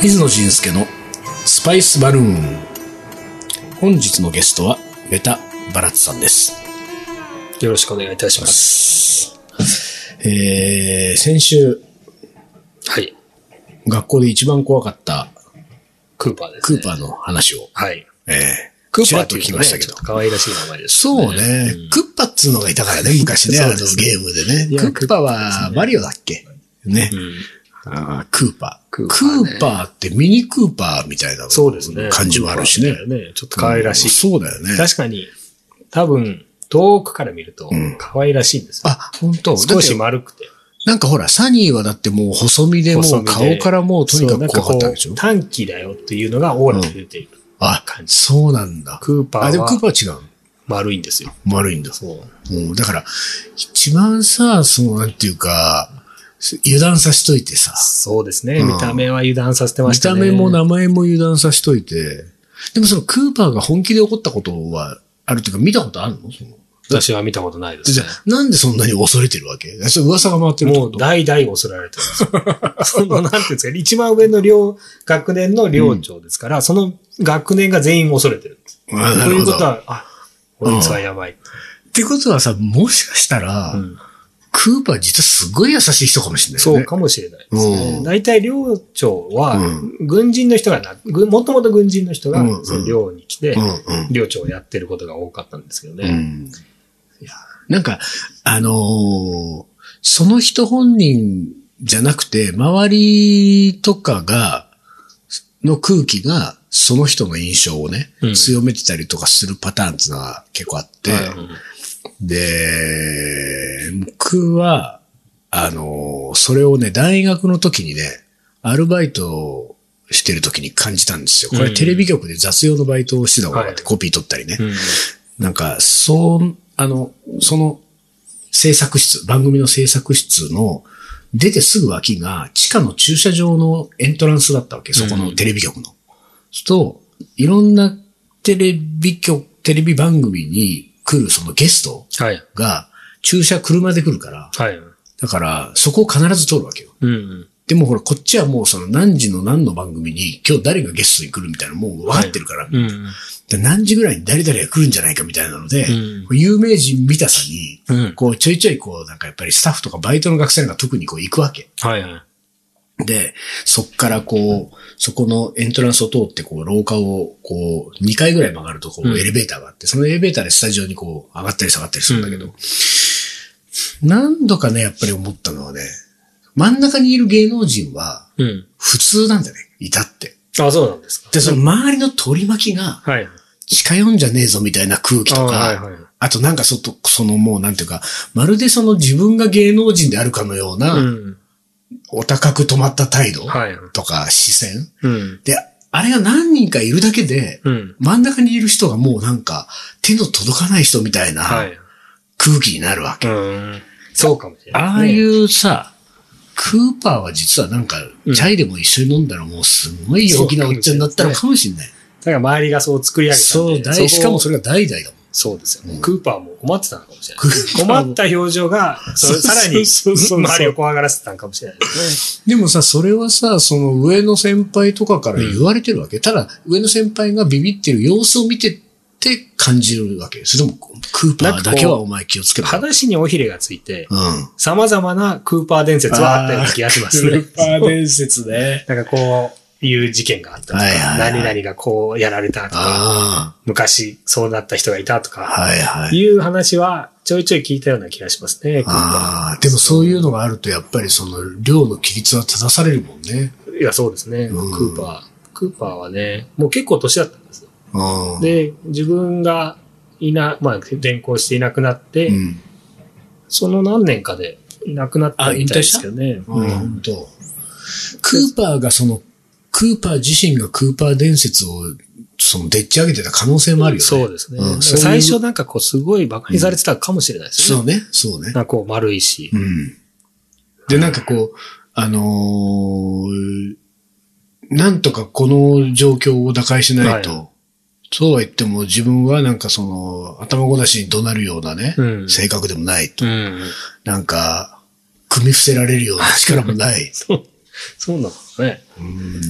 水野仁介のスパイスバルーン。本日のゲストは、メタ・バラッツさんです。よろしくお願いいたします。えー、先週、はい。学校で一番怖かったクーパーです、クね。ーパーの話を、ー。はい。えー、クちーらパーっとっていう聞ときねましたけどちょっ。と可愛らしい名前です、そうね、クッパっつうのがいたからね、昔ね、あそうのですゲームでねい。やクッパはマリオだっけね。んあークーパー。ククーパーねーパーってミニクーパーみたいなそうですね。感じもあるしねクー。パーだよねちょっと可愛らしい。そうだよね。確かに、多分、遠くから見るとうん、可愛らしいんですよ。あ、本当少しだって丸くて。なんかほら、サニーはだってもう細身で、も細う身で顔からもうとにかそうなくんか怖かこったわけでしょう、短期だよっていうのがオーラで出ている。あ、そうなんだ。クーパあ、でーもクーはパーは違う。丸いんですよ。丸いんだ。そう。うん、だから、一番さ、その、なんていうか、油断さしといてさ、そうですね。うん見た目は油断させてま見したたね。目も名前も油断さしといて、でもそのクーパーが本気で怒ったことはあるっていうか、見たことあるのその私は見たことないですじゃね。あ、なんでそんなに恐れてるわけそれ噂が回ってるってもこうと代々恐れられてるんですよ。そ の、なんていうんですか、一番上の寮、学年の寮長ですから、その学年が全員恐れてるんです。あなとるいほうどことは、あ、こいつはやばい。ってことはさ、もしかしたら、うんクーパー実はすごい優しい人かもしれないよそね。うかもしれないですうねん。大体寮長はう、軍人の人がな、ぐもともと軍人の人がうんうんその寮に来て、うんうん。寮長をやってることが多かったんですけどうね。んなんか、あのーその人本人じゃなくて、周りとかが、の空気が、その人の印象をね、うん強めてたりとかするパターンっていうのは結構あって、うんで、僕は、あのーそれをね、大学の時にね、アルバイトをしてる時に感じたんですよ。こうれんテレビ局で雑用のバイトをしてたことがあって、はいコピー取ったりね。うんなんか、そう、あの、その、制作室、番組の制作室の、出てすぐ脇が、地下の駐車場のエントランスだったわけ、そこのテレビ局の。と、いろんなテレビ局、テレビ番組に来るそのゲストはい。が、駐車車で来るから、はい。だから、そこを必ず通るわけよ。うん。でもほら、こっちはもうその何時の何の番組に、今日誰がゲストに来るみたいなのもう分かってるから、うん。で何時ぐらいに誰々が来るんじゃないかみたいなので、う有名人見たさに、うんこうちょいちょいこうなんかやっぱりスタッフとかバイトの学生なんか特にこう行くわけ。はいはい。で、そっからこう、そこのエントランスを通ってこう廊下をこう2回ぐらい曲がるとこううんエレベーターがあって、そのエレベーターでスタジオにこう上がったり下がったりするんだけど、何度かね、やっぱり思ったのはね、真ん中にいる芸能人はうん。普通なんだね、いたって。あ、そうなんですか。で、その周りの取り巻きが、はい。近寄んじゃねえぞみたいな空気とか、あ,、あはいはいとなんかそと、そのもうなんていうか、まるでその自分が芸能人であるかのような、うん。お高く止まった態度はい。とか視線うん。で、あれが何人かいるだけで、うん。真ん中にいる人がもうなんか手の届かない人みたいなはい。空気になるわけ。うん。そうかもしれない。。ああいううさ、クーパーは実はなんか、うんチャイでも一緒に飲んだらもうすごい陽気なおっちゃんだったのかもしれない。だから周りがそう作り上げたんで。そう、大しかもそれ。れが代々だもん。そうですよねうんクーパーも困ってたのかもしれクーパーない。困った表情が、そそううさらに、そうそうそう周りを怖がらせてたのかもしれないですでもさ、それはさ、その上の先輩とかから言われてるわけ、ただ、上の先輩がビビってる様子を見てって感じるわけです。でも、クーパーだけはお前気をつけね。ろよ。話に尾ひれがついて、うん。様々なクーパー伝説はあったような気がします ね。ー伝説ね。 なんかこういう事件があったとかはいはいは、い何々がこうやられたとか、あ昔そうなった人がいたとあ、か、はいはい。いう話はちょいちょい聞いたような気がしますね。クーパああ、でもそういうのがあると、やっぱりその、量の規律は正されるもんね。ーいや、そうですね。クうんーパー。クーパーはね、もう結構年だったんですよ。うん。で、自分がいな、まあ、転校していなくなって、うん。その何年かでいなくなったみたいですけどね。うん、うん本当。クーパーがその、クーパー自身がクーパー伝説を、その、でっち上げてた可能性もあるよね。そうですね。うんだからそういう最初なんかこう、すごい馬鹿にされてたかもしれないですよそね。うね、そうね。なんかこう、丸いし。うん。で、なんかこう、あのーなんとかこの状況を打開しないと、はそうは言っても自分はなんかその、頭ごなしに怒鳴るようなね、うん性格でもないと。うん。 なんか、組み伏せられるような力もない。そう。そうなんですね。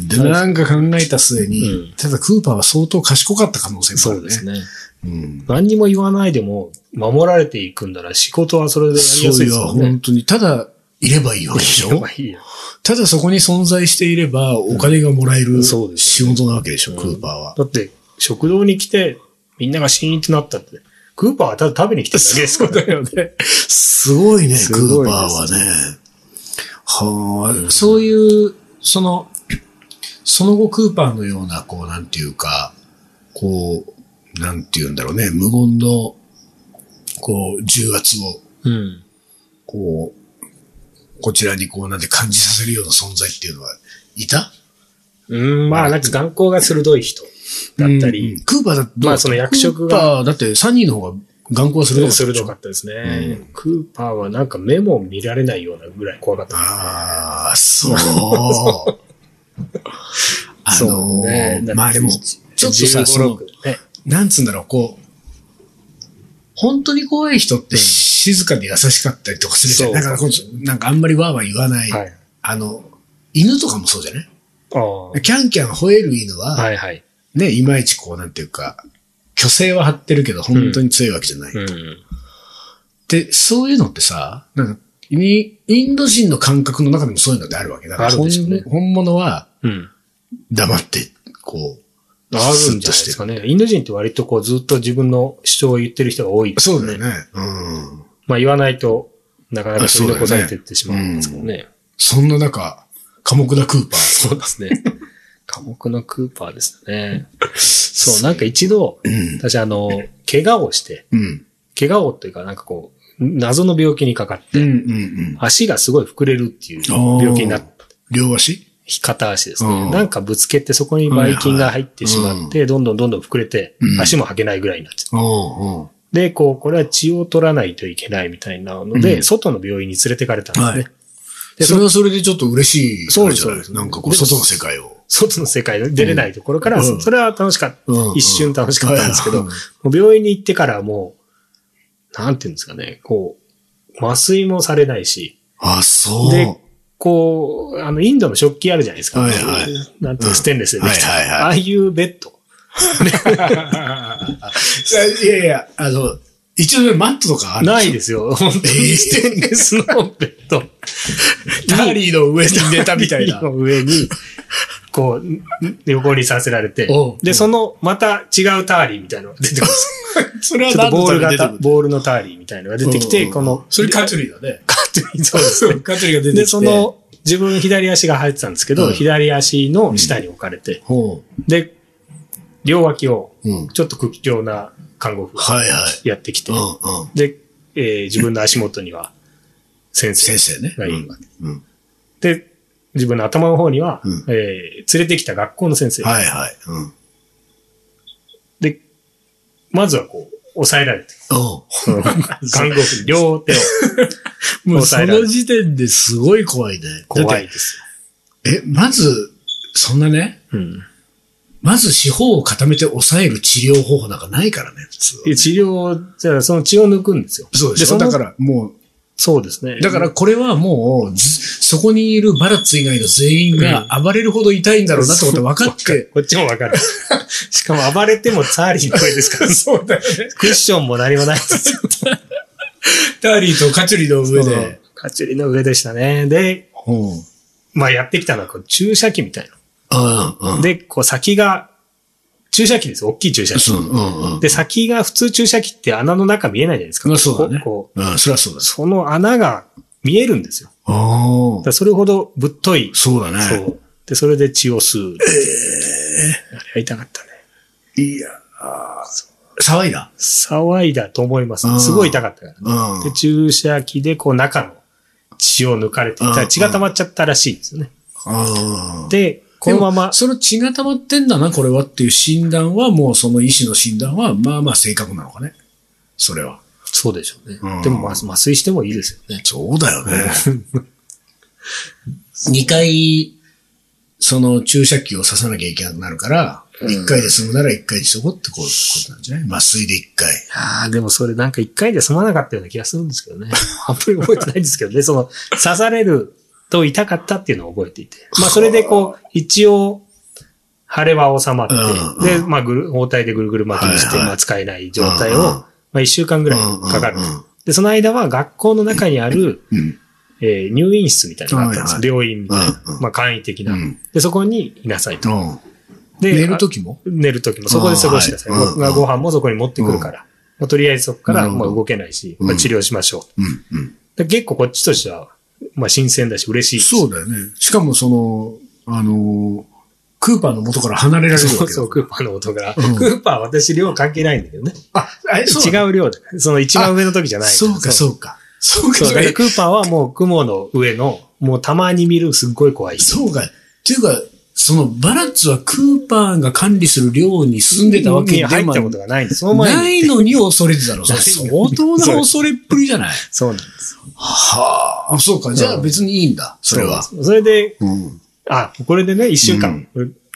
で、なんか考えた末に、うんただクーパーは相当賢かった可能性もあそるうね。ですね。ね。うん。何にも言わないでも、守られていくんだら仕事はそれでやりやそすいうですよ、よね 本。当に。ただ、いればいいわけでしやょばいよただそこに存在していれば、お金がもらえるそうです仕事なわけでしょ、クーパーは。だって、食堂に来て、みんながシーンとなったって、クーパーはただ食べに来てるだけですからね。よね。すごいね、すクごーいでパーはすね。はあ、そういう、その、その後クーパーのような、こう、なんていうか、こう、なんていうんだろうね、無言の、こう、重圧を、うん。こう、こちらにこう、なんて感じさせるような存在っていうのは、いたうん、まあ、なんか眼光が鋭い人だったうりん、クーパーだってどうだった、まあその役職がクーパーだってサニーの方が眼光は鋭かったでし鋭ょ。かったですね。クーパーはなんか目も見られないようなぐらい怖かった。ああ、 そう。あのーまあでも、ちょっとさ、その、ね、なんつうんだろう、こう、本当に怖い人って静かで優しかったりとかするじゃん。そうだからこう、なんかあんまりわーわー言わない。はい。あの、犬とかもそうじゃないああ。キャンキャン吠える犬は、はいはい。ね、いまいちこう、なんていうか、虚勢は張ってるけど、本当に強いわけじゃない。うん。で、そういうのってさ、なんか、にインド人の感覚の中でもそういうのってあるわけだから、あるでしょうね本本物はうん。黙って、こう、あスるんッじとゃないしでてすかね。インド人って割とこうずっと自分の主張を言ってる人が多い、そうだよ。ね。うん。まあ言わないと、なかなか取り残されていってしまうんですけどね。そんな中、寡黙なクーパー。そうですね。 寡黙のクーパーですね。そう、なんか一度、うん。私あの、怪我をして、うん。怪我をというかなんかこう、謎の病気にかかって、うん。うん。足がすごい膨れるっていう病気になっ両足片足ですうね。んなんかぶつけてそこにばい菌が入ってしまって、どんどんどんどん膨れてう、ん足も履けないぐらいになっちゃって。おうおうで、こう、これは血を取らないといけないみたいなので、うん外の病院に連れてかれたんですね。はいそれはそれでちょっと嬉しい。そうですそうですなんかこう、外の世界を。外の世界に出れないところから、うんそれは楽しかった、うん一瞬楽しかったんですけど、うんもう病院に行ってからもう、なんていうんですかね、こう、麻酔もされないし、あ、そう。でこう、あの、インドの食器あるじゃないですか。はいはいなんていうのステンレスでできた。うんはいはいはいああいうベッド。 いやいや、あの、一応ねマットとかあるないですよ。本当にステンレスのベッド。タリーの上に寝たみたいな。の上に、こう、ん横にさせられておう、で、その、また違うターリーみたいなのが出てくるんですそれよはちょ何のっとボたールめに出て型、くるボールのターリーみたいなのが出てきうんて、うんこの、それカトリーだね。カットに、そうですね。 カトリーが出で、そ、の、自分左足が入ってたんですけど、うん左足の下に置かれて、ほで、両脇を、う。うん。ちょっと屈強な看護婦がはいはい。やってきてう、んうん。で、えー自分の足元には、先生先生ね。がいるわけうん。で、自分の頭の方には、うんえー連れてきた学校の先生。はいはい。うん。うん。で、まずはこう、抑えられて、看護婦に両手もをう抑そえられのて、時点ですごい怖いね。怖だっいですて。え、まず、そんなね、よ。うんまず四方を固めて抑える治療方法なんかないからね、普通。で治療を、じゃあその血を抜くんですよ。そうででしょそのだから、もそうですね。う、だからこれはもう、ずそこにいるバラッツ以外の全員が暴れるほど痛いんだろうなってことは分か って、こっちもわかる。 しかも暴れてもツァーリーの声です から、そうだよね。クッションも何もないですよ。ターリーとカチュリの上そうで。カチュリの上でしたね。で、うん。まあやってきたのはこう注射器みたいうんうな。ん。で、こう先が、注射器です。大きい注射器。そう、うんうん。で、先が普通注射器って穴の中見えないじゃないですか。まあそうだね。こうこうん、そりゃそうだう。その穴が見えるんですよ。あだかあ。らそれほどぶっとい。そうだね。そう。で、それで血を吸う。あれは痛かったね。いやー、騒いだ。騒いだと思いますう。んすごい痛かったからね。うんで、注射器でこう中の血を抜かれていたうらん血が溜まっちゃったらしいんですよね。あーで、このまでまも、その血が溜まってんだな、これはっていう診断は、もうその医師の診断は、まあまあ正確なのかね。それは。そうでしょうねうんでも、まあ麻酔してもいいですよね。そうだよね。2回、その注射器を刺さなきゃいけなくなるから、うん1回で済むなら1回にしとこうってこうことなんじゃない麻酔で1回。ああ、でもそ れなんか一回で済まなかったような気がするんですけどね。あんまり覚えてないんですけどね。その、刺されると痛かったっていうのを覚えていて。まあ、それでこう、一応、腫れは収まって、うんうんで、まあ、ぐる、包帯でぐるぐる巻きにして、はいはいまあ、使えない状態を、うんうんまあ、一週間ぐらいかかるうんうんうん。で、その間は学校の中にある、うん。えー入院室みたいなのがあったんですよ。はい病院みたいな。うんうんまあ、簡易的な、うんで、そこにいなさいと。うん。で、寝るあ時も寝る時もそこで過ごしなさい。あーはいうんうんご飯もそこに持ってくるから。まあ、とりあえずそこかならるほまどあ動けないし、うんまあ、治療しましょう。うん。うん。で結構こっちとしては、まあ、新鮮だし嬉しいし。そうだよね。しかもその、あの、クーパーの元から離れられるわけそうだそう、クーパーの音が。うんクーパーは私量関係ないんだけどね。あ、あれ違う量だから。その一番上の時じゃない。そうか、そうか。そうか、そう。そだうか。からクーパーはもう雲の上の、もうたまに見るすっごい怖い人。そうか。っていうか、そのバラッツはクーパーが管理する寮に住んでたわけにで入っもたことがないんです。その前なに。いのに恐れてた の。それない相当な恐れっぷりじゃないそうなんです。はあ、そうか。じゃあ別にいいんだ、それは。そうそれで、うん。あ、これでね、一週間。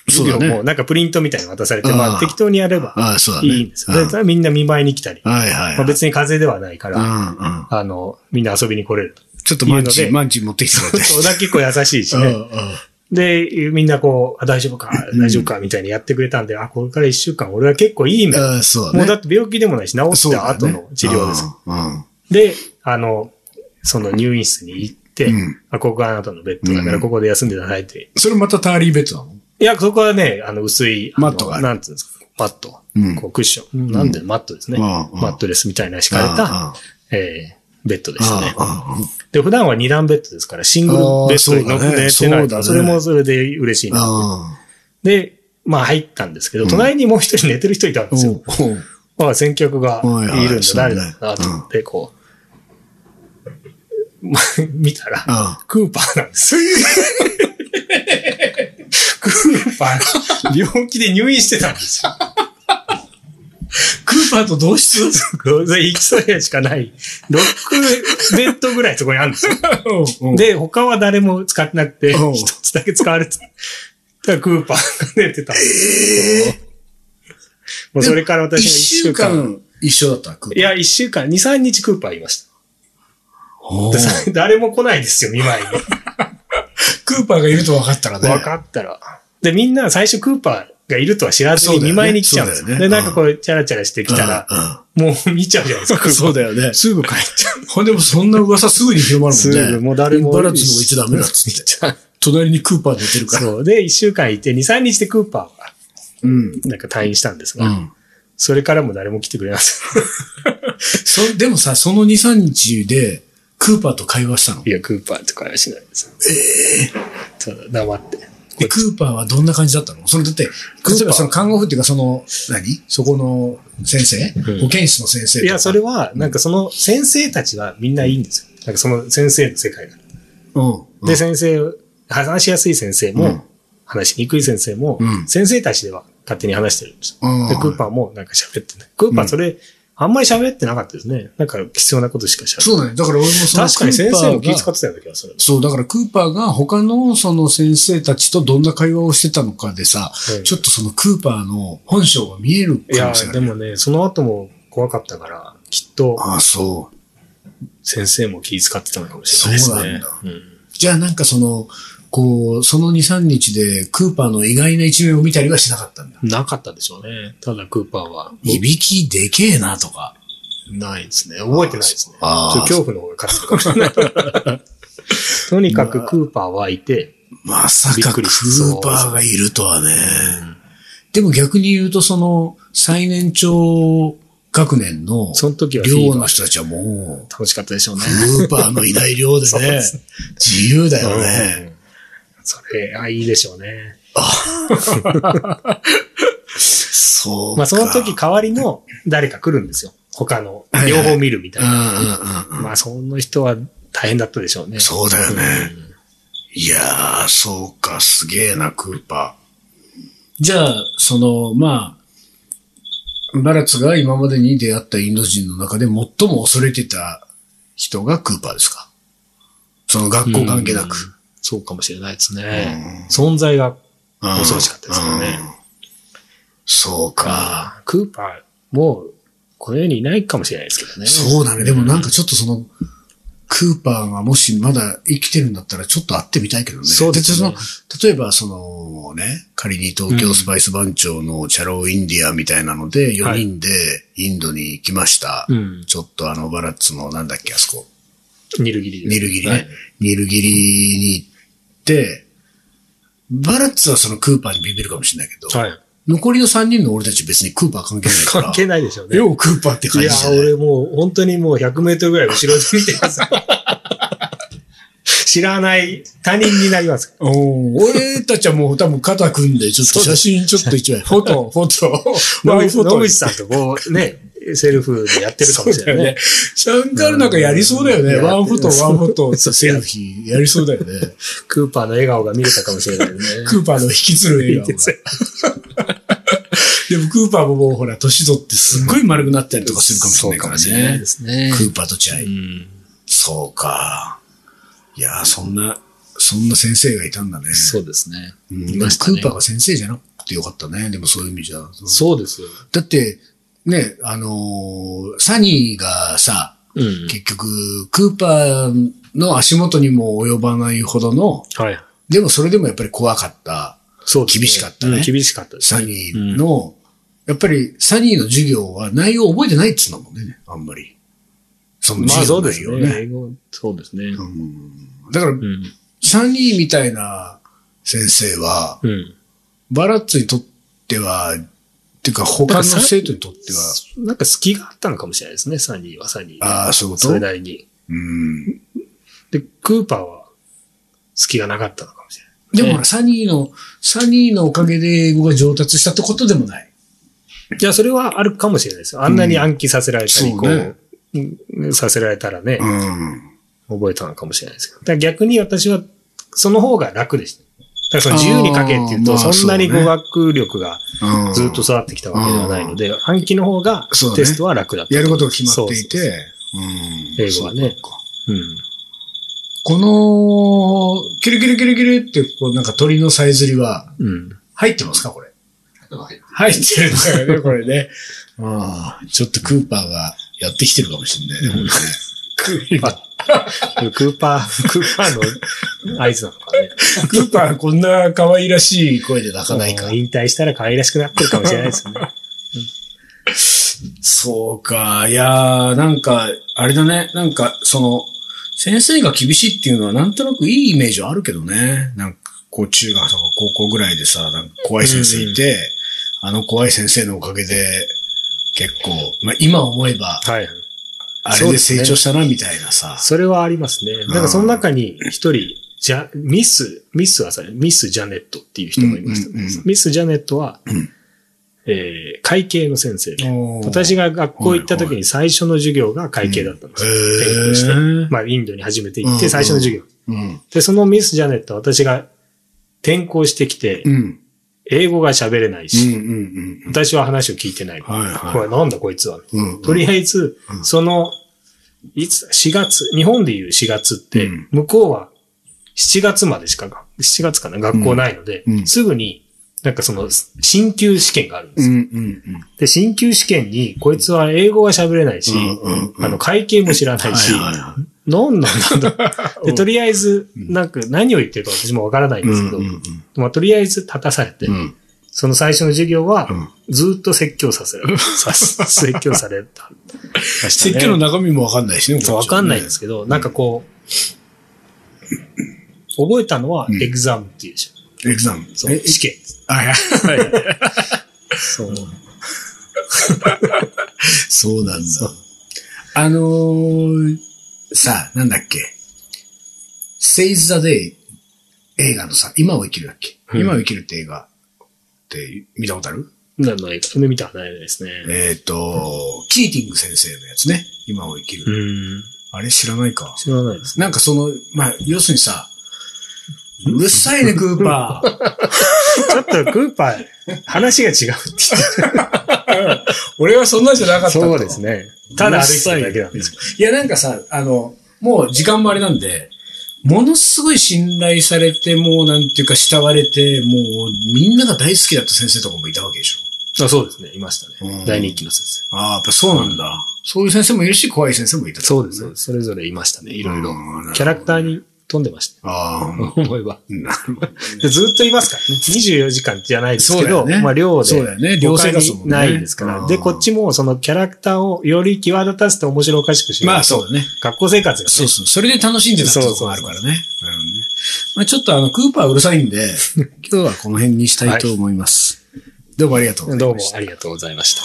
そうだねもうなんかプリントみたいに渡されて、まあああ適当にやればああ、そうだね。いいんですうよ。んで、ただみんな見舞いに来たり。はいはいまあはい。別に風邪ではないかうら、んうん。あの、みんな遊びに来れる。ちょっとマンいうのチ、でマンチ持ってきてもらって。 そうだ、結構優しいしうんうね。んで、みんなこう、あ大丈夫か、うん大丈夫か、みたいにやってくれたんで、あ、これから一週間、俺は結構いい目。ああそうもだうだね。って病気でもないし、治そっうただ後ねの治療です。。うんで、あの、その入院室に行って、うんあここがあなたのベッドだかうら、んここで休んでくださいって。それまたターリーベッドなのいや、そこはね、あの、薄い、あのマットがあるなんつうんですか、マット。うんこうクッション。なんで、マットですね。うんうんマットレスみたいな敷かれた、ああえーベッドでしたね。ああで、普段は二段ベッドですから、シングルベッドに乗っあーそうだね寝てないそうだから、ねそれもそれで嬉しいな。ああ。で、まあ入ったんですけど、隣にもう一人寝てる人いたんですおよう。おうまあ先客がはいはいいるんだ、そう誰ねだろうなと思って、こう、ま あ見たら、ああ。クーパーなん ですよ。クーパー、病気で入院してたんですよ。クーパーと同室行き添いやしかない。6ベッドぐらいそこにあるんですよ。で、で、他は誰も使ってなくて、うん一つだけ使われてた。だからクーパーが出てたんですよ。もうそれから一私は一週週間。間一緒だった、クーパーいや、一週間、二、三日クーパーいました。おうでさ誰も来ないですよ、見舞いに。クーパーがいると分かったらね。分かったら。で、みんな最初クーパーがいるとは知らずそうにだよね見舞いに来ちゃうんですそうだよ。よで、ねなんかこう、チャラチャラしてきたら、もう見ちゃうじゃないですか、クーパーそうだよね。すぐ帰っちゃう。ほんでもそんな噂すぐに広まるもんね。すぐ、もう誰も。バラッツのも一ダメだっつって。隣にクーパー寝てるから。そう。で、一週間いて、二、三日でクーパーが、うん。なんか退院したんですうが、ん。それからも誰も来てくれなかった。そ、でもさ、その2、3日で、クーパーと会話したの い。や、クーパーとかはしないです。ええ黙って。で、クーパーはどんな感じだったのそれだって、クーパー例えばその看護婦っていうかその、何そこの先生、うん保健室の先生といかや、それは、なんかその先生たちはみんないいんですよ。なんかその先生の世界が。うん。で、先生、話しやすい先生も、うん話しにくい先生も、うん先生たちでは勝手に話してるんですよ。うんで、クーパーもなんか喋ってない。クーパーそれ、あんまり喋ってなかったですね。なんか必要なことしか喋ってそうだね。だから俺もそのない。確かに先生もクー気パーが遣ってたような気がする。そう、だからクーパーが他のその先生たちとどんな会話をしてたのかでさ、うんちょっとそのクーパーの本性が見えるい可や能性、があでる。もね、その後も怖かったから、きっとああ、そう。先生も気遣ってたのかもしれないですね。そうなんだうんじゃあなんかその、こう、その2、3日でクーパーの意外な一面を見たりはしなかったんだ。なかったでしょうね。ただクーパーは。いびきでけえなとか。ないですね。覚えてないですね。ちあーょっと恐怖の方が勝つかもしれない。 とにかくクーパーはいて、まさびっかくクりしたーパーがいるとはね。でも逆に言うとその最年長学年のその時はフィーバー寮の人たちはもう、楽しかったでしょうね。クーパーのいない寮でそうねです、自由だよね。うんそれはいいでしょうね。そうか。まあその時代わりの誰か来るんですよ。他のは、い両はい方見るみたういんうな。んうんうん。まあその人は大変だったでしょうね。そうだよね。うんいやー、そうか、すげえな、クーパー。じゃあ、その、まあ、バラツが今までに出会ったインド人の中で最も恐れてた人がクーパーですかその学校関係なうくん。そうかもしれないですね。存在が、うん恐ろしかったですよねうんそうか。クーパーもこの世にいないかもしれないですけどね。そうだね。でもなんかちょっとその、クーパーがもしまだ生きてるんだったらちょっと会ってみたいけどね。そうですねでその例えばそのね、仮に東京スパイス番長のチャローインディアみたいなので、4はい人でインドに行きました。うんちょっとあのバラッツのなんだっけ、あそこ。ニルギリ。ニルギリね。はいニルギリに行って、バラッツはそのクーパーにビビるかもしれないけど、はい。残りの3人の俺たち別にクーパー関係ないから。関係ないでしょうね。ようクーパーってい感じやじゃ、ない俺もう本当にもう100メートルぐらい後ろで見 てます。知らない他人になります。おー俺たちはもう多分肩組んで、ちょっと写真ちょっと 一枚、フォト、フォト、野ワイフォ口野ト口さんとこうね、セルフでやってるかもしれないね。シャンカールなんかやりそうだよね。うんワンフォト、ワンフォト、そうセルフィー、やりそう だよね。クーパーの笑顔が見れたかもしれないね。クーパーの引きつる笑顔が。でもクーパーももうほら、年取ってすっごい丸くなったりとかするかもしれないからそうかもしれないねで。すね。クーパーとチャイ。うんそうか。いやー、そんな、そんな先生がいたんだね。そうですね。うんいましたクねーパーが先生じゃなくてよかったね。でもそういう意味じゃ。そうですよ。だって、ね、あのーサニーがさ、うん。結局、クーパーの足元にも及ばないほどの、はい。でもそれでもやっぱり怖かった、そう厳しかったねうん厳しかったですサね。ニーの、やっぱりサニーの授業は内容覚えてないっつうのもんね、あんまり。そのまあそう授業ので内す容ね。英語そうですね。うんだから、うん。サニーみたいな先生は、うん。バラッツにとっては、っていうか他の生徒にとっては、なんか隙があったのかもしれないですね、サニーはサニーで。ああ、そういうことそれなりに。うんで、クーパーは隙がなかったのかもしれない。でも、ねほらサニーの、サニーのおかげで英語が上達したってことでもない。いや、それはあるかもしれないですよ。あんなに暗記させられたり、うんこそうねう、うんさせられたらね、ん。覚えたのかもしれないですけど。だから逆に私は、その方が楽でした。だからその自由に書けっていうあと、ーまあそんなにそうね語学力がずっと育ってきたわけではないので、暗記の方がそうねテストは楽だった。やることが決まっていて、そううん英語はねそうかうん。この、キュルキュルキュルキュルって、こう、なんか鳥のさえずりは、うん。入ってますかこれ。入ってるんだよね、これね。うんちょっとクーパーがやってきてるかもしれないね、これね。クーパー。クーパー、 クーパーの合図なのかね。クーパーこんな可愛らしい声で泣かないかうん。引退したら可愛らしくなってるかもしれないです よね。そうか。いやー、なんか、あれだね。なんか、その、先生が厳しいっていうのはなんとなくいいイメージはあるけどね。なんか、こう中学とか高校ぐらいでさ、なんか怖い先生いて、あの怖い先生のおかげで、結構、まあ今思えば、はい。あれで成長したな、みたいなさ。それはありますね。なんかその中に一人、じゃ、ミス、ミスはさ、ミス・ジャネットっていう人がいましたね、うんうんうんミス・ジャネットは、んえー会計の先生で。私私が学校行った時はいはに最初の授業が会計だったんですよ。転校してまあ、インドに初めて行うっんうんて最初の授業。うん。で、そのミス・ジャネットは私が転校してきてう、ん。英語が喋れないうん。うし、ん。うん。私は話を聞いてない。はいはい。これなんだこいつは。うんとりあえずう、んその、いつ、4月、日本でいう4月ってうん、向こうは7月までしかが、7月かな、学校ないのでう、んすぐに、なんかその、進級試験があるんでうすよ。ん。うん。うん。で、進級試験に、こいつは英語が喋れないしうんうん、うんあの、会計も知らないし、はいはいはいなんな んだろうで、とりあえず、なんか何を言ってるか私もわからないんですけうんうんうんど、まあ、とりあえず立たされてう、ん。その最初の授業はうん、ずっと説教させら れ、さ説教された。説教の中身もわかんないしね、そうわかんないんですけど、なんかこう、覚えたのは、うんエグザムっていうでしょ。ど。エグザム。そう試験。あいや そう。そうなんだ。あのー、さあ、なんだっけ。Seize the Day 映画のさ、今を生きるだっけ、うん今を生きるって映画って見たことあるなので、それ見たらないですね。えっ、と、キーティング先生のやつね。今を生きる。うん。あれ知らないか。知らないですね。なんかその、まあ、要するにさ、うるさいね、クーパー。ちょっと、クーパー、話が違うって言って俺はそんなんじゃなかた。ったとそうですね。ただ歩いてるだけなんですけど。いや、なんかさ、あの、もう時間もあれなんで、ものすごい信頼されて、もうなんていうか慕われて、もうみんなが大好きだった先生とかもいたわけでしょ。あそうですね。いましたうんね。大人気の先ああ、やっぱそうなんだ。そういう先生もいるし、怖い先生もいたそうです、そうす。です。それぞれいましたね、いいろいろ。ろキャラクターに飛んでました。ああ、 思えば。なるほど。でずっといますからね。24時間じゃないですそけうど、だよねまあ、量そうで。だよね。両生活もにないですから。で、こっちもそのキャラクターをより際立たせて面白おかしくしようまあそうだね。学校生活がねそうそう。それで楽しんでたってとこがあるからね。なるほどねまあちょっとあの、クーパーうるさいんで、 今日はこの辺にしたいと思います。どうもありがとうございました。どうもありがとうございました。